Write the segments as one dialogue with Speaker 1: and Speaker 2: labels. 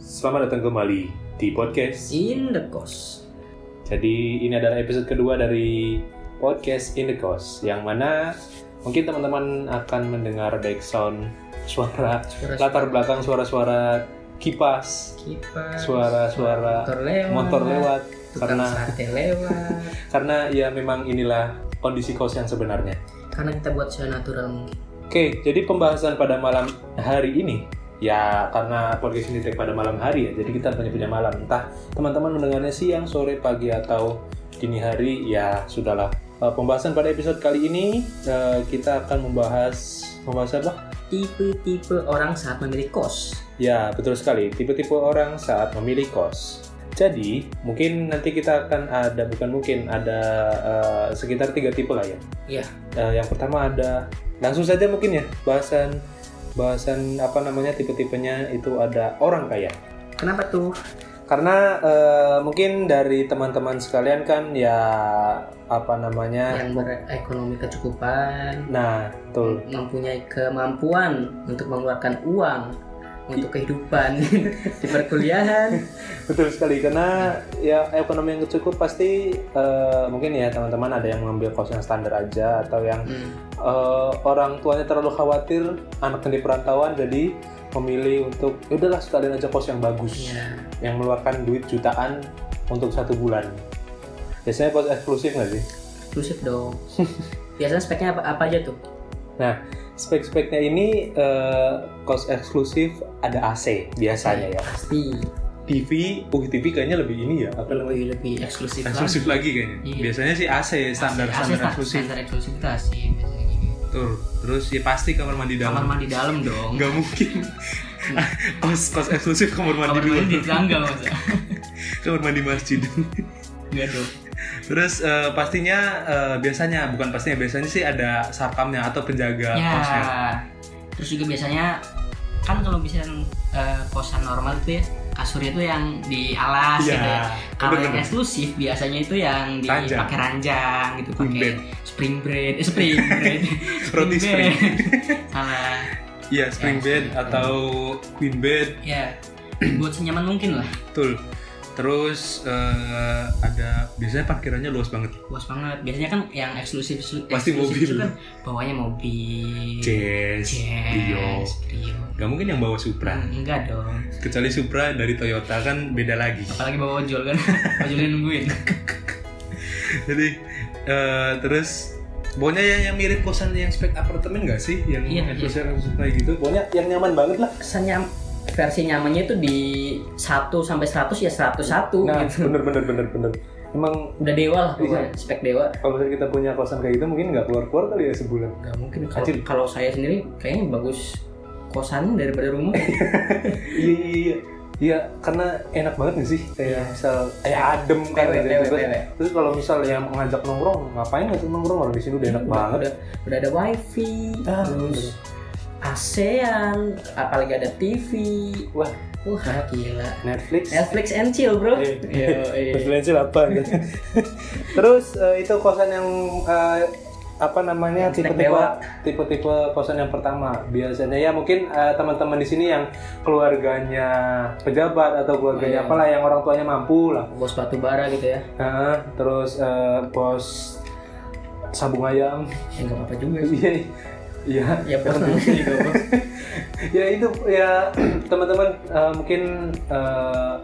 Speaker 1: Selamat datang kembali di podcast.
Speaker 2: In the cost.
Speaker 1: Jadi ini adalah episode kedua dari podcast In The Coast yang mana mungkin teman-teman akan mendengar background suara
Speaker 2: Suara-
Speaker 1: latar belakang suara-suara kipas,
Speaker 2: kipas,
Speaker 1: suara-suara
Speaker 2: motor lewat,
Speaker 1: motor lewat
Speaker 2: Ah, tukang
Speaker 1: karena
Speaker 2: sate lewat.
Speaker 1: karena ya memang inilah kondisi kos yang sebenarnya.
Speaker 2: karena kita buat secara natural mungkin.
Speaker 1: Oke, jadi pembahasan pada malam hari ini ya karena podcast ini take pada malam hari ya, jadi kita punya punya malam. Entah teman-teman mendengarnya siang, sore, pagi atau dini hari ya sudahlah. Eh, pembahasan pada episode kali ini eh, kita akan membahas membahas apa?
Speaker 2: Tipe-tipe orang saat memilih kos.
Speaker 1: Ya betul sekali. Tipe-tipe orang saat memilih kos. Jadi mungkin nanti kita akan ada bukan mungkin ada eh, sekitar tiga tipe lah ya.
Speaker 2: Iya.
Speaker 1: Eh, yang pertama ada langsung saja mungkin ya bahasan bahasan apa namanya tipe-tipenya itu ada orang kaya
Speaker 2: Kenapa tuh?
Speaker 1: karena eh, mungkin dari teman-teman sekalian kan ya apa namanya
Speaker 2: Yang berekonomi kecukupan,
Speaker 1: nah betul
Speaker 2: mempunyai kemampuan untuk mengeluarkan uang untuk kehidupan di perkuliahan.
Speaker 1: betul sekali karena ya ekonomi yang cukup pasti eh, mungkin ya teman-teman ada yang mengambil kos yang standar aja atau yang
Speaker 2: Hmm.
Speaker 1: eh, orang tuanya terlalu khawatir anaknya di perantauan jadi memilih untuk "Ya udahlah sekalian aja kos yang bagus
Speaker 2: Ya,
Speaker 1: yang mengeluarkan duit jutaan untuk satu bulan. Biasanya pos eksklusif nggak sih?
Speaker 2: eksklusif dong. Biasanya speknya apa, apa aja tuh?
Speaker 1: Spek-speknya ini eh, kos eksklusif ada AC biasanya ya.
Speaker 2: Iya. Pasti
Speaker 1: TV, uh TV kayaknya lebih ini ya, apa namanya?
Speaker 2: lebih lebih eksklusif lah.
Speaker 1: Eksklusif lagi kayaknya.
Speaker 2: Iya.
Speaker 1: Biasanya sih AC ya, standar
Speaker 2: Asli- asli
Speaker 1: standar eksklusif.
Speaker 2: standar eksklusivitas sih biasanya gitu.
Speaker 1: Tuh, terus ya pasti kamar mandi
Speaker 2: kamar
Speaker 1: dalam.
Speaker 2: mandi dalam dong
Speaker 1: Nggak mungkin. kos kos eksklusif kamar mandi
Speaker 2: kamar
Speaker 1: dulu.
Speaker 2: mandi di tangga masa
Speaker 1: Kamar mandi masjid.
Speaker 2: nggak dong
Speaker 1: Terus eh, pastinya eh, biasanya bukan pastinya biasanya sih ada sarkamnya atau penjaga
Speaker 2: ya
Speaker 1: kosnya.
Speaker 2: terus juga biasanya kan kalau bisa yang, eh, kosan normal itu ya kasurnya itu yang di alas
Speaker 1: Iya.
Speaker 2: gitu ya kalau yang
Speaker 1: bener.
Speaker 2: eksklusif biasanya itu yang
Speaker 1: Ranjang.
Speaker 2: dipakai ranjang gitu
Speaker 1: Spring
Speaker 2: pakai
Speaker 1: bed.
Speaker 2: spring bread eh, spring bread
Speaker 1: Roti spring.
Speaker 2: bed. salah
Speaker 1: Iya, spring
Speaker 2: Ya,
Speaker 1: bed
Speaker 2: spring bed.
Speaker 1: atau queen bed,
Speaker 2: ya buat senyaman mungkin lah
Speaker 1: betul. Terus eh, ada biasanya parkirannya luas banget.
Speaker 2: luas banget biasanya kan yang eksklusif
Speaker 1: Pasti
Speaker 2: eksklusif
Speaker 1: mobil.
Speaker 2: itu kan bawahnya mobil Iya,
Speaker 1: Jazz, Rio.
Speaker 2: Yes, Rio.
Speaker 1: Gak mungkin yang bawa Supra.
Speaker 2: Hmm, enggak dong.
Speaker 1: Kecuali Supra dari Toyota kan beda lagi.
Speaker 2: Apalagi bawa ojol kan. Ojolnya nungguin.
Speaker 1: Jadi eh, terus Pokoknya yang, yang mirip kosan yang spek apartemen gak sih? Yang
Speaker 2: Iya, iya.
Speaker 1: eksklusif eksklusif kayak gitu. Pokoknya yang nyaman banget lah.
Speaker 2: Kesannya versi nyamannya itu di 1 sampai 100 ya 101
Speaker 1: Nah,
Speaker 2: gitu.
Speaker 1: bener bener bener bener. Emang
Speaker 2: Udah dewa lah
Speaker 1: Iya.
Speaker 2: pokoknya, spek dewa.
Speaker 1: kalau misalnya kita punya kosan kayak gitu mungkin nggak keluar keluar kali ya sebulan.
Speaker 2: Enggak mungkin
Speaker 1: kalau-
Speaker 2: kalau kalau saya sendiri kayaknya bagus kosan daripada rumah.
Speaker 1: Iya iya iya. Iya, karena enak banget gak sih? Kayak misal, kayak adem kan
Speaker 2: Dewe,
Speaker 1: gitu.
Speaker 2: dewe,
Speaker 1: Terus-
Speaker 2: dewe.
Speaker 1: Terus kalau misal yang ngajak nongkrong, ngapain nggak tuh nongkrong orang di sini udah enak
Speaker 2: Udah-
Speaker 1: banget.
Speaker 2: Udah, udah ada wifi,
Speaker 1: Ah,
Speaker 2: terus ASEAN, apalagi ada TV.
Speaker 1: Wah.
Speaker 2: Wah, gila.
Speaker 1: Netflix.
Speaker 2: Netflix and chill, bro.
Speaker 1: Iya.
Speaker 2: Yoi.
Speaker 1: Netflix apa gitu. Terus eh, itu kosan yang eh, apa namanya
Speaker 2: Yang snack
Speaker 1: tipe-tipe
Speaker 2: dewa.
Speaker 1: tipe-tipe kosan yang pertama biasanya ya mungkin eh, teman-teman di sini yang keluarganya pejabat atau keluarganya
Speaker 2: Iya.
Speaker 1: apalah yang orang tuanya mampu lah
Speaker 2: Bos batu bara gitu ya.
Speaker 1: Nah, terus eh, bos sabung ayam.
Speaker 2: Ya enggak apa-apa juga sih.
Speaker 1: Iya. Iya.
Speaker 2: Ya bos namanya juga bos.
Speaker 1: Ya itu ya teman-teman eh, mungkin eh,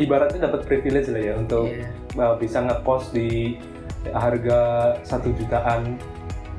Speaker 1: ibaratnya dapat privilege lah ya untuk
Speaker 2: Iya.
Speaker 1: eh, bisa ngekos di harga satu jutaan.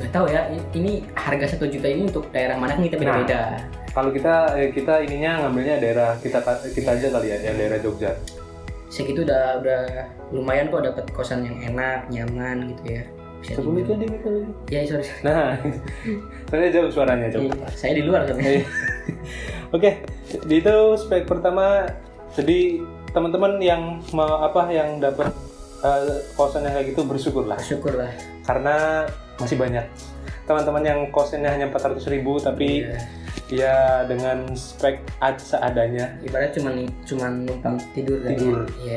Speaker 2: nggak tahu ya i- ini harga satu juta ini untuk daerah mana kan kita beda-beda
Speaker 1: Kalau kita eh, kita ininya ngambilnya daerah kita kita aja kali ya, yang daerah Jogja.
Speaker 2: segitu udah udah lumayan kok dapat kosan yang enak nyaman gitu ya bisa
Speaker 1: Sebelum
Speaker 2: tidur
Speaker 1: itu di-
Speaker 2: ya sorry sorry.
Speaker 1: Nah, saya jauh suaranya jauh.
Speaker 2: Iya, saya di luar kan
Speaker 1: Iya. Oke, di itu spek pertama. Jadi teman-teman yang mau apa yang dapat eh, kosan yang kayak gitu bersyukurlah
Speaker 2: syukur lah
Speaker 1: karena masih banyak teman-teman yang kosannya hanya 400.000 ribu tapi
Speaker 2: Iya.
Speaker 1: ya dengan spek ad- seadanya.
Speaker 2: ibarat cuman cuman numpang tidur kan
Speaker 1: Tidur.
Speaker 2: iya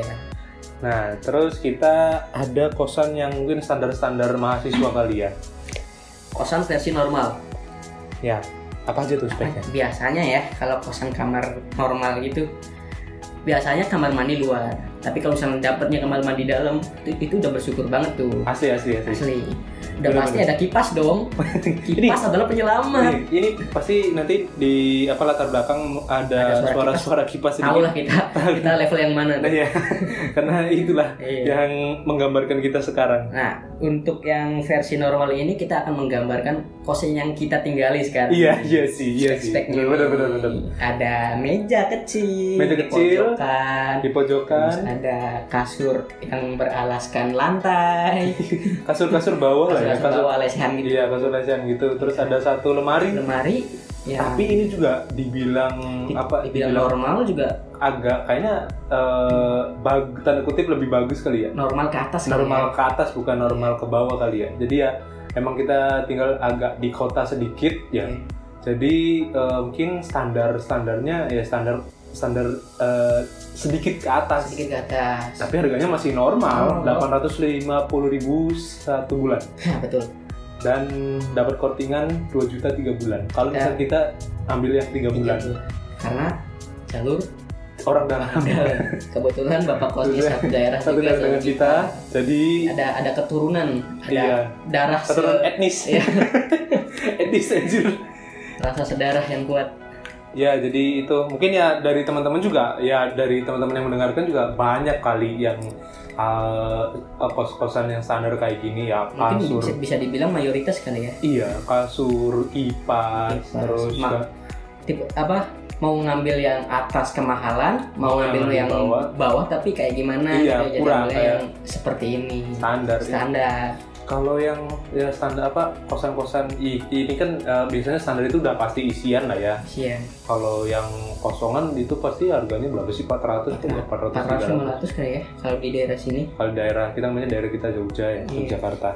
Speaker 1: Nah, terus kita ada kosan yang mungkin standar-standar mahasiswa kali ya.
Speaker 2: kosan versi normal Kan
Speaker 1: Ya, apa aja tuh speknya?
Speaker 2: biasanya ya kalau kosan kamar normal gitu biasanya kamar mandi luar tapi kalau misalnya dapatnya kamar mandi dalam itu, itu udah bersyukur banget tuh
Speaker 1: Asli asli asli.
Speaker 2: asli udah
Speaker 1: Bener,
Speaker 2: pasti
Speaker 1: bener.
Speaker 2: ada kipas dong
Speaker 1: Ini
Speaker 2: kipas adalah
Speaker 1: ini,
Speaker 2: penyelamat
Speaker 1: ini pasti nanti di apa latar belakang ada
Speaker 2: Ada suara
Speaker 1: suara-suara kipas
Speaker 2: tahu
Speaker 1: sedikit.
Speaker 2: lah kita kita level yang mana
Speaker 1: Nah, ya. Karena itulah
Speaker 2: Iya.
Speaker 1: yang menggambarkan kita sekarang.
Speaker 2: Nah, untuk yang versi normal ini kita akan menggambarkan kosan yang kita tinggali sekarang.
Speaker 1: Iya, iya sih, iya sih.
Speaker 2: Spek-speknya
Speaker 1: Benar
Speaker 2: ini.
Speaker 1: benar benar.
Speaker 2: Ada meja kecil,
Speaker 1: Meja
Speaker 2: di
Speaker 1: kecil.
Speaker 2: pojokan,
Speaker 1: Di
Speaker 2: terus
Speaker 1: pojokan,
Speaker 2: ada kasur yang beralaskan lantai,
Speaker 1: kasur-kasur bawah lah ya,
Speaker 2: kasur
Speaker 1: kasur.
Speaker 2: bawah lesehan gitu.
Speaker 1: Iya, kasur lesehan gitu. Terus ada satu lemari.
Speaker 2: Lemari ya
Speaker 1: Tapi ini juga dibilang
Speaker 2: di-
Speaker 1: apa?
Speaker 2: dibilang
Speaker 1: Dibilang
Speaker 2: normal juga
Speaker 1: agak kayaknya eh, bag, tanda kutip lebih bagus kali ya.
Speaker 2: normal ke atas gitu ya. kali
Speaker 1: normal ke atas bukan normal ke bawah kali ya jadi ya emang kita tinggal agak di kota sedikit
Speaker 2: ya.
Speaker 1: ya jadi eh, mungkin standar standarnya ya standar standar eh, sedikit ke atas
Speaker 2: Sedikit ke atas.
Speaker 1: tapi harganya masih normal
Speaker 2: Oh.
Speaker 1: 850.000 satu bulan
Speaker 2: Hah, betul.
Speaker 1: dan dapat kortingan 2 juta 3 bulan kalau
Speaker 2: Ya.
Speaker 1: misalnya kita ambil yang 3 bulan
Speaker 2: Betul. Iya. Karena jalur
Speaker 1: orang dalam
Speaker 2: dalam. kebetulan bapak kosnya satu daerah
Speaker 1: Iya. satu
Speaker 2: juga
Speaker 1: daerah dengan
Speaker 2: sama
Speaker 1: kita jadi
Speaker 2: ada ada keturunan ada
Speaker 1: iya
Speaker 2: darah
Speaker 1: satu
Speaker 2: se-
Speaker 1: etnis
Speaker 2: Iya.
Speaker 1: etnis anjir
Speaker 2: rasa sedarah yang kuat
Speaker 1: Ya, jadi itu mungkin ya dari teman-teman juga, ya dari teman-teman yang mendengarkan juga banyak kali yang uh, uh, kos-kosan yang standar kayak gini ya
Speaker 2: mungkin
Speaker 1: kasur,
Speaker 2: bisa, bisa dibilang mayoritas kali ya
Speaker 1: iya kasur, kipas,
Speaker 2: Kipas,
Speaker 1: terus
Speaker 2: mak-
Speaker 1: juga
Speaker 2: tipe apa mau ngambil yang atas kemahalan
Speaker 1: Mau
Speaker 2: mau ngambil
Speaker 1: yang
Speaker 2: yang bawah.
Speaker 1: bawah.
Speaker 2: tapi kayak gimana
Speaker 1: Iya,
Speaker 2: gitu. Jadi
Speaker 1: kurang,
Speaker 2: ambil
Speaker 1: kayak-
Speaker 2: yang seperti ini
Speaker 1: standar. ya.
Speaker 2: standar
Speaker 1: Kalau yang ya standar apa kosan-kosan i- ini kan uh, biasanya standar itu udah pasti isian lah ya.
Speaker 2: siang
Speaker 1: Kalau yang kosongan itu pasti harganya berapa sih 400 atau 400
Speaker 2: 400 500 kali ya kalau di daerah sini
Speaker 1: kalau daerah kita namanya daerah kita Jogja ya,
Speaker 2: Iya.
Speaker 1: Yogyakarta.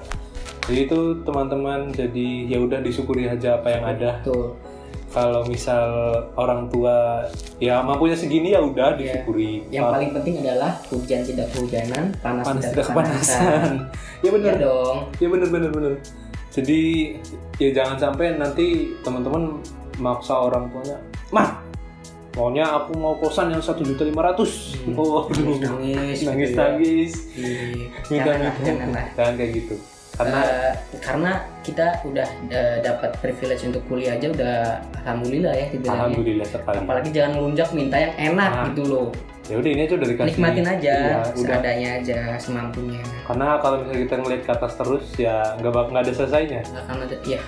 Speaker 1: Jadi itu teman-teman jadi ya udah disyukuri aja apa yang ada.
Speaker 2: tuh
Speaker 1: Kalau misal orang tua ya mampunya segini ya udah
Speaker 2: Iya.
Speaker 1: disyukuri.
Speaker 2: yang
Speaker 1: Ah,
Speaker 2: paling penting adalah hujan tidak kehujanan panas,
Speaker 1: panas
Speaker 2: tidak
Speaker 1: tidak kepanasan. ya
Speaker 2: Iya
Speaker 1: benar.
Speaker 2: dong
Speaker 1: Ya benar benar benar. Jadi ya jangan sampai nanti teman-teman maksa orang tuanya, "Mah, maunya aku mau kosan yang 1.500."
Speaker 2: Hmm.
Speaker 1: Oh,
Speaker 2: nangis nangis gitu ya.
Speaker 1: nangis-nangis.
Speaker 2: Iya.
Speaker 1: Minta-minta.
Speaker 2: Janganlah, janganlah.
Speaker 1: Jangan kayak gitu. Karena
Speaker 2: Eh, karena kita udah eh, dapat privilege untuk kuliah aja udah alhamdulillah ya dibilangnya.
Speaker 1: Alhamdulillah sekali.
Speaker 2: Apalagi jangan melunjak minta yang enak
Speaker 1: Nah,
Speaker 2: gitu loh.
Speaker 1: Ya udah ini aja udah dikasih.
Speaker 2: Nikmatin
Speaker 1: Iya,
Speaker 2: aja
Speaker 1: udah.
Speaker 2: seadanya aja semampunya.
Speaker 1: Karena kalau misalnya kita ngeliat ke atas terus ya nggak bak- nggak ada selesainya,
Speaker 2: Akan ada ya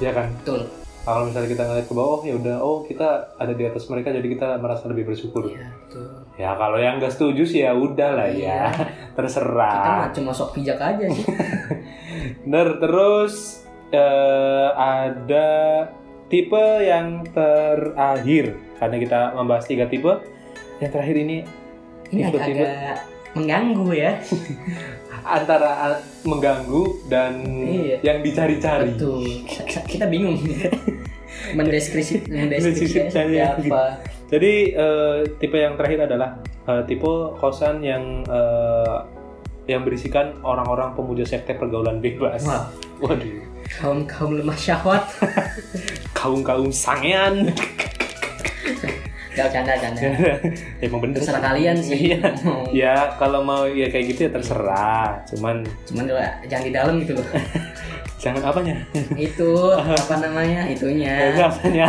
Speaker 1: ya kan?
Speaker 2: betul.
Speaker 1: Kalau misalnya kita ngeliat ke bawah ya udah oh kita ada di atas mereka jadi kita merasa lebih bersyukur.
Speaker 2: Iya, betul.
Speaker 1: Ya kalau yang nggak setuju sih ya udah lah ya,
Speaker 2: Iya. Kita
Speaker 1: terserah.
Speaker 2: mah cuma sok pijak aja sih.
Speaker 1: Bener terus eh, ada tipe yang terakhir karena kita membahas tiga tipe. Yang terakhir ini
Speaker 2: Ini
Speaker 1: Ikut,
Speaker 2: agak-agak mengganggu ya.
Speaker 1: antara a- mengganggu dan
Speaker 2: Iya.
Speaker 1: yang dicari-cari.
Speaker 2: Betul. Sa- sa- Kita bingung. mendeskripsi
Speaker 1: Mendeskripsikannya.
Speaker 2: mendeskripsikannya apa?
Speaker 1: Jadi eh, tipe yang terakhir adalah eh, tipe kosan yang eh, yang berisikan orang-orang pemuja sekte pergaulan bebas.
Speaker 2: Wah,
Speaker 1: Waduh,
Speaker 2: kaum kaum lemah syahwat.
Speaker 1: kaum-kaum sangean.
Speaker 2: Gak canda canda.
Speaker 1: Emang bener.
Speaker 2: Terserah kalian sih.
Speaker 1: Iya. Ya kalau mau ya kayak gitu ya terserah. Cuman
Speaker 2: Cuman kalau jangan di dalam gitu loh.
Speaker 1: jangan apanya?
Speaker 2: Itu apa namanya? Itunya.
Speaker 1: Jangan apanya.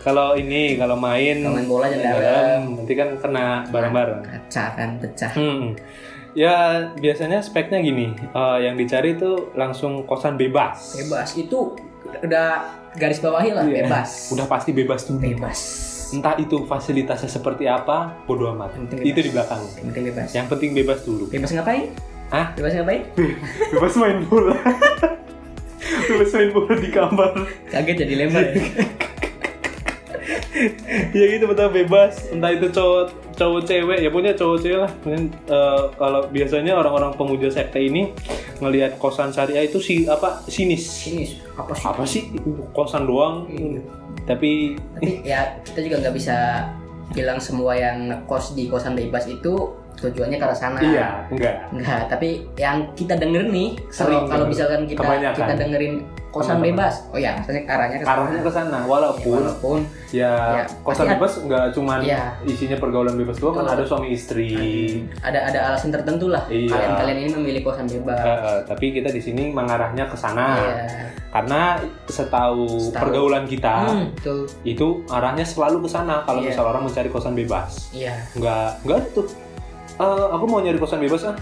Speaker 1: kalau ini kalau main
Speaker 2: Main bola jangan di dalam.
Speaker 1: dalam, nanti kan kena bareng-bareng.
Speaker 2: Kaca kan pecah.
Speaker 1: Hmm. Ya biasanya speknya gini, eh, yang dicari itu langsung kosan bebas.
Speaker 2: Bebas. Itu udah garis bawahi lah
Speaker 1: Iya.
Speaker 2: bebas.
Speaker 1: Udah pasti bebas dulu.
Speaker 2: bebas.
Speaker 1: Entah itu fasilitasnya seperti apa, bodo amat.
Speaker 2: Yang penting
Speaker 1: Itu
Speaker 2: bebas.
Speaker 1: di belakang.
Speaker 2: Yang penting bebas.
Speaker 1: Yang penting bebas dulu.
Speaker 2: Bebas ngapain?
Speaker 1: Hah?
Speaker 2: Bebas ngapain?
Speaker 1: bebas main bola. bebas main bola di kamar.
Speaker 2: Kaget jadi lebar. Ya.
Speaker 1: ya gitu betul bebas. Entah itu cowok cowok cewek ya punya cowok cewek lah. Mungkin, eh, kalau biasanya orang-orang pemuja sekte ini ngelihat kosan syariah itu si apa sinis.
Speaker 2: Ini apa sih?
Speaker 1: Apa sih kosan doang?
Speaker 2: Iya.
Speaker 1: Tapi
Speaker 2: Tapi ya kita juga nggak bisa bilang semua yang kos di kosan bebas itu tujuannya ke arah sana.
Speaker 1: iya, enggak.
Speaker 2: Enggak, tapi yang kita denger nih, kalau
Speaker 1: Sering
Speaker 2: kalau
Speaker 1: denger.
Speaker 2: misalkan kita
Speaker 1: Kebanyakan.
Speaker 2: kita dengerin kosan
Speaker 1: Teman-teman.
Speaker 2: bebas oh ya maksudnya arahnya ke sana.
Speaker 1: arahnya ke sana
Speaker 2: Ya,
Speaker 1: walaupun
Speaker 2: walaupun
Speaker 1: ya,
Speaker 2: Ya,
Speaker 1: kosan
Speaker 2: pasti
Speaker 1: bebas nggak cuman
Speaker 2: Iya.
Speaker 1: isinya pergaulan bebas doang kan
Speaker 2: Betul.
Speaker 1: ada suami istri
Speaker 2: ada ada alasan tertentu lah
Speaker 1: Iya.
Speaker 2: kalian kalian ini memilih kosan
Speaker 1: Eh,
Speaker 2: bebas
Speaker 1: eh, tapi kita di sini mengarahnya ke sana
Speaker 2: Iya.
Speaker 1: karena setahu,
Speaker 2: Setahu.
Speaker 1: pergaulan kita
Speaker 2: Hmm, tuh
Speaker 1: itu arahnya selalu ke sana kalau
Speaker 2: Iya.
Speaker 1: misal orang mencari kosan bebas
Speaker 2: iya
Speaker 1: nggak nggak ada tuh "Eh, aku mau nyari kosan bebas ah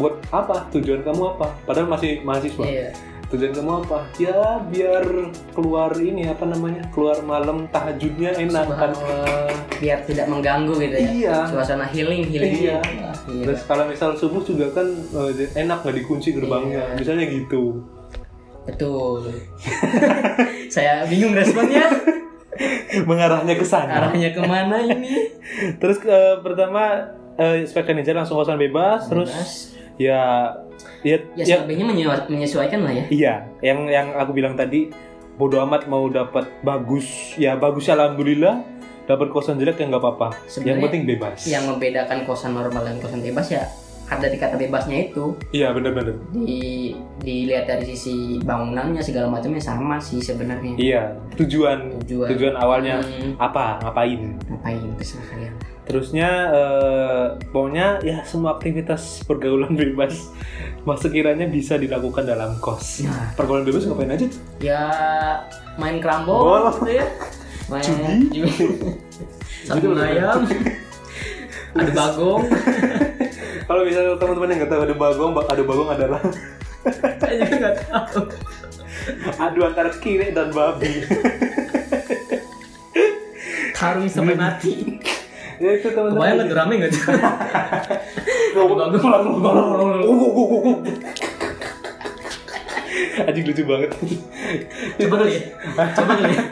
Speaker 1: buat apa tujuan kamu apa padahal masih mahasiswa
Speaker 2: iya
Speaker 1: tujuan kamu apa ya biar keluar ini apa namanya keluar malam tahajudnya enak kan
Speaker 2: Subhanallah. biar tidak mengganggu gitu ya
Speaker 1: iya
Speaker 2: suasana healing healing
Speaker 1: Iya.
Speaker 2: Wah, gila.
Speaker 1: terus kalau misal subuh juga kan eh, enak nggak dikunci gerbangnya
Speaker 2: Iya.
Speaker 1: misalnya gitu
Speaker 2: betul saya bingung responnya
Speaker 1: Nah. mengarahnya ke sana
Speaker 2: arahnya kemana ini
Speaker 1: terus eh, pertama eh spek ninja langsung kosan bebas, terus
Speaker 2: Bebas.
Speaker 1: ya ya,
Speaker 2: ya
Speaker 1: ya
Speaker 2: selebihnya menyua- menyesuaikan lah ya
Speaker 1: Iya, yang yang aku bilang tadi bodo amat mau dapat bagus, ya bagus alhamdulillah. Dapat kosan jelek ya nggak apa-apa. Yang
Speaker 2: Sebenarnya-
Speaker 1: penting bebas.
Speaker 2: yang membedakan kosan normal dan kosan bebas ya ada di kata bebasnya itu
Speaker 1: Iya bener-bener.
Speaker 2: di dilihat dari sisi bangunannya segala macamnya sama sih sebenarnya
Speaker 1: Iya tujuan
Speaker 2: tujuan
Speaker 1: tujuan awalnya
Speaker 2: Hmm,
Speaker 1: apa ngapain.
Speaker 2: ngapain terserah kalian
Speaker 1: Terusnya eh, pokoknya ya semua aktivitas pergaulan bebas masa kiranya bisa dilakukan dalam kos.
Speaker 2: nah
Speaker 1: Pergaulan bebas ngapain aja?
Speaker 2: ya main kerambol
Speaker 1: Oh.
Speaker 2: gitu ya main
Speaker 1: Judi.
Speaker 2: judi. sabun
Speaker 1: Judi.
Speaker 2: ayam ada bagong
Speaker 1: Kalau misalnya teman-teman yang nggak tahu ada bagong, ba- ada bagong adalah
Speaker 2: saya juga nggak tahu
Speaker 1: adu antara kiri dan babi.
Speaker 2: karung sampai mati
Speaker 1: ya itu teman-teman.
Speaker 2: kebayang nggak rame nggak tuh
Speaker 1: Anjing lucu banget.
Speaker 2: coba kali ya coba kali ya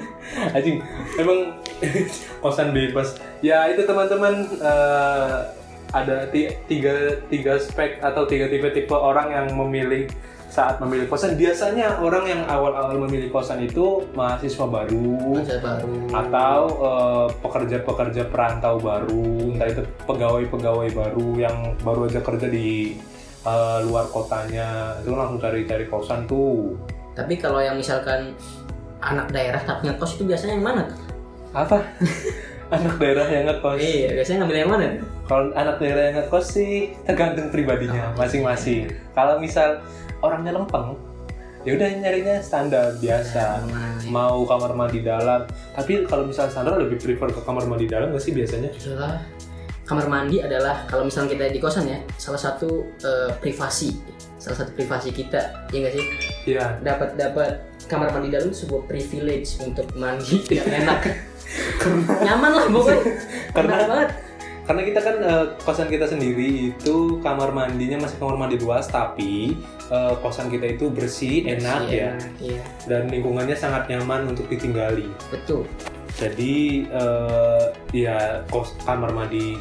Speaker 1: Anjing, emang kosan bebas. Ya itu teman-teman eh, ada ti- tiga tiga spek atau tiga tipe-tipe orang yang memilih saat memilih kosan. Biasanya orang yang awal-awal memilih kosan itu mahasiswa baru
Speaker 2: Masa baru
Speaker 1: atau eh, pekerja-pekerja perantau baru, entah itu pegawai-pegawai baru yang baru aja kerja di eh, luar kotanya, itu langsung cari-cari kosan tuh.
Speaker 2: Tapi kalau yang misalkan anak daerah tapi ngekos itu biasanya yang mana? tuh?
Speaker 1: Apa? anak daerah yang ngekos.
Speaker 2: Iya, biasanya ngambil yang mana? tuh?
Speaker 1: Kalau anak daerah yang ngekos sih tergantung pribadinya
Speaker 2: Oh,
Speaker 1: masing-masing. Kalau misal orangnya lempeng, ya udah nyarinya standar biasa.
Speaker 2: Nah,
Speaker 1: Mau kamar mandi dalam, tapi kalau misal standar lebih prefer ke kamar mandi dalam nggak sih biasanya?
Speaker 2: itulah kamar mandi adalah kalau misalnya kita di kosan ya, salah satu eh, privasi, salah satu privasi kita, ya nggak sih?
Speaker 1: Iya.
Speaker 2: Dapat dapat kamar mandi dalam itu sebuah privilege untuk mandi yang enak, nyaman lah pokoknya,
Speaker 1: Karena-
Speaker 2: Enak banget.
Speaker 1: Karena kita kan eh, kosan kita sendiri itu kamar mandinya masih kamar mandi luas tapi eh, kosan kita itu bersih, enak
Speaker 2: Iya,
Speaker 1: ya
Speaker 2: enak, Iya,
Speaker 1: dan lingkungannya sangat nyaman untuk ditinggali.
Speaker 2: betul.
Speaker 1: Jadi eh, ya kos kamar mandi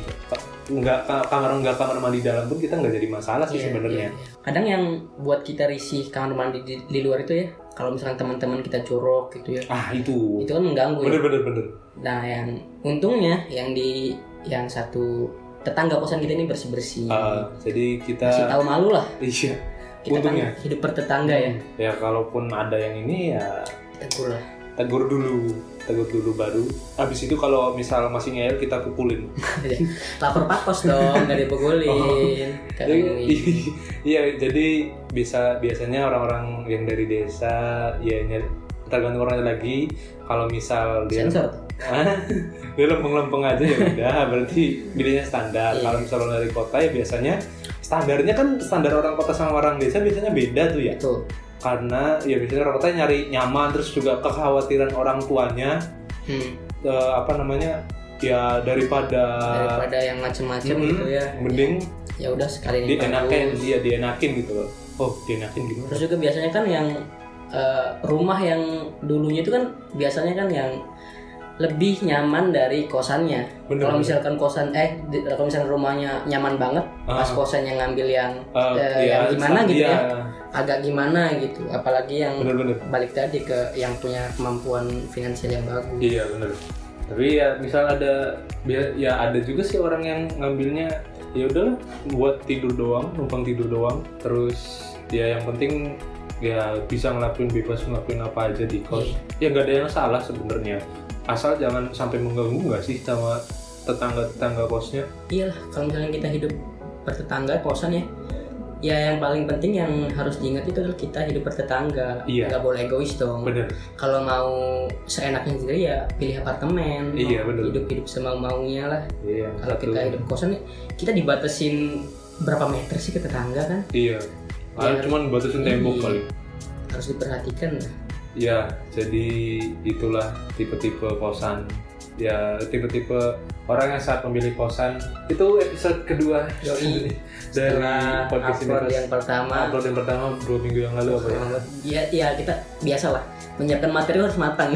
Speaker 1: nggak ka- kamar nggak kamar mandi dalam pun kita nggak jadi masalah sih
Speaker 2: Iya,
Speaker 1: sebenarnya.
Speaker 2: iya, iya. Kadang yang buat kita risih kamar mandi di, di luar itu ya, kalau misalkan teman-teman kita jorok gitu ya,
Speaker 1: Ah itu
Speaker 2: itu kan mengganggu ya.
Speaker 1: bener bener bener.
Speaker 2: Nah, yang untungnya yang di yang satu tetangga kosan kita ini bersih bersih.
Speaker 1: Eh, jadi kita
Speaker 2: Masih Iya. tahu malu lah.
Speaker 1: iya
Speaker 2: Kita
Speaker 1: Untungnya.
Speaker 2: kan hidup bertetangga ya.
Speaker 1: ya kalaupun ada yang ini ya
Speaker 2: Tegur lah.
Speaker 1: tegur dulu tegur dulu baru habis itu kalau misal masih ngeyel kita pukulin
Speaker 2: Lapor pakos dong, gak
Speaker 1: Oh.
Speaker 2: dipukulin. Gak
Speaker 1: Jadi,
Speaker 2: nemuin.
Speaker 1: Iya, jadi bisa biasanya orang-orang yang dari desa ya nyari- tergantung orangnya lagi kalau misal dia
Speaker 2: Sensor.
Speaker 1: Hah? Ah, dia lempeng-lempeng aja ya udah berarti pilihnya standar
Speaker 2: Iya.
Speaker 1: kalau misal orang dari kota ya biasanya standarnya kan standar orang kota sama orang desa biasanya beda tuh ya
Speaker 2: Betul.
Speaker 1: karena ya biasanya orang kota nyari nyaman terus juga kekhawatiran orang tuanya
Speaker 2: Hmm.
Speaker 1: eh, apa namanya ya daripada,
Speaker 2: Daripada yang macem-macem
Speaker 1: Mm-mm.
Speaker 2: gitu ya.
Speaker 1: Hmm. mending
Speaker 2: Ya udah sekalian yang
Speaker 1: dienakin
Speaker 2: bagus.
Speaker 1: dia dienakin gitu loh oh dienakin gimana
Speaker 2: Terus juga biasanya kan yang eh, rumah yang dulunya itu kan biasanya kan yang lebih nyaman dari kosannya.
Speaker 1: Bener,
Speaker 2: kalau
Speaker 1: bener.
Speaker 2: misalkan kosan eh di- kalau misalkan rumahnya nyaman banget,
Speaker 1: Ah.
Speaker 2: pas kosannya ngambil yang
Speaker 1: Eh,
Speaker 2: eh,
Speaker 1: ya,
Speaker 2: yang gimana gitu
Speaker 1: iya,
Speaker 2: ya. agak gimana gitu, apalagi yang
Speaker 1: bener-bener
Speaker 2: balik tadi ke yang punya kemampuan finansial yang bagus.
Speaker 1: iya bener tapi ya misal ada bia- ya ada juga sih orang yang ngambilnya ya udahlah buat tidur doang numpang tidur doang terus ya yang penting ya bisa ngelakuin bebas ngelakuin apa aja di kos ya
Speaker 2: Iya,
Speaker 1: nggak ada yang salah sebenarnya asal jangan sampai mengganggu nggak sih sama tetangga tetangga kosnya
Speaker 2: iyalah kalau misalnya kita hidup bertetangga kosan ya ya yang paling penting yang harus diingat itu adalah kita hidup bertetangga
Speaker 1: Iya.
Speaker 2: nggak boleh egois dong
Speaker 1: bener
Speaker 2: kalau mau seenaknya sendiri ya pilih apartemen
Speaker 1: Iya, bener.
Speaker 2: hidup hidup semau maunya lah
Speaker 1: iya yang
Speaker 2: kalau
Speaker 1: satu.
Speaker 2: kita hidup kosan ya, kita dibatasin berapa meter sih ke tetangga kan
Speaker 1: iya Paling
Speaker 2: Jangan-
Speaker 1: cuman batasin tembok
Speaker 2: Iya.
Speaker 1: kali
Speaker 2: harus diperhatikan lah
Speaker 1: Ya, jadi itulah tipe-tipe kosan. Ya, tipe-tipe orang yang saat memilih kosan. Itu episode kedua
Speaker 2: Yoi.
Speaker 1: dari
Speaker 2: Setelah
Speaker 1: podcast ini.
Speaker 2: upload yang pertama
Speaker 1: Upload yang pertama dua minggu yang lalu apa ya?
Speaker 2: ya ya kita biasalah menyiapkan materi harus matang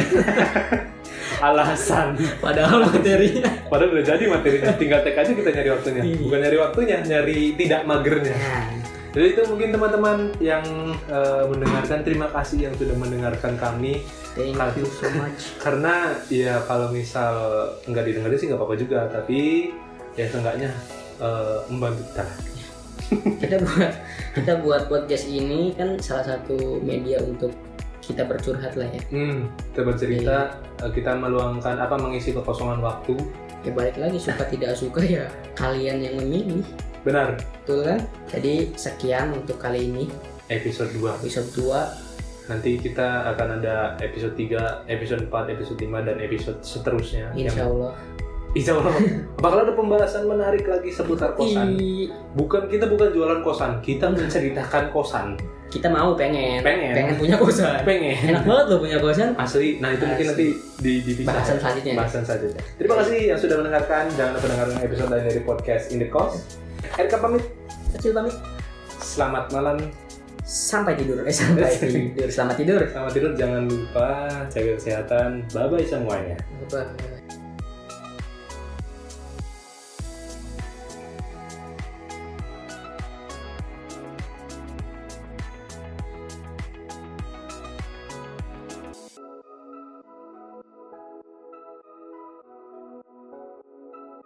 Speaker 1: Alasan.
Speaker 2: padahal materinya
Speaker 1: Padahal udah jadi materinya, tinggal tag aja kita nyari waktunya.
Speaker 2: Iya.
Speaker 1: Bukan nyari waktunya, nyari tidak magernya.
Speaker 2: nah,
Speaker 1: Jadi itu mungkin teman-teman yang eh, mendengarkan, terima kasih yang sudah mendengarkan kami.
Speaker 2: thank you so much
Speaker 1: karena ya kalau misal nggak didengar sih nggak apa-apa juga tapi ya seenggaknya eh, membantu kita
Speaker 2: kita buat kita buat podcast ini kan salah satu media untuk kita bercurhat lah ya
Speaker 1: hmm, kita bercerita eh, kita meluangkan apa mengisi kekosongan waktu
Speaker 2: ya balik lagi
Speaker 1: Nah.
Speaker 2: suka tidak suka ya kalian yang memilih
Speaker 1: benar
Speaker 2: betul kan jadi sekian untuk kali ini
Speaker 1: episode 2
Speaker 2: episode 2
Speaker 1: nanti kita akan ada episode 3 episode 4 episode 5 dan episode seterusnya
Speaker 2: insya Allah
Speaker 1: insya Allah bakal ada pembahasan menarik lagi seputar kosan
Speaker 2: Ih,
Speaker 1: bukan kita bukan jualan kosan kita menceritakan kosan
Speaker 2: kita mau pengen
Speaker 1: Pengen.
Speaker 2: punya kosan
Speaker 1: pengen
Speaker 2: enak banget loh punya kosan
Speaker 1: asli nah itu mungkin
Speaker 2: Asli.
Speaker 1: nanti di, dipisah
Speaker 2: bahasan selanjutnya
Speaker 1: bahasan saja. Terima kasih yang sudah mendengarkan. Jangan lupa dengarkan episode lain dari podcast In The Cost. Erka pamit.
Speaker 2: kecil pamit
Speaker 1: Selamat malam.
Speaker 2: sampai tidur eh sampai tidur selamat tidur
Speaker 1: Selamat tidur. Jangan lupa jaga kesehatan. Bye-bye semuanya.
Speaker 2: bye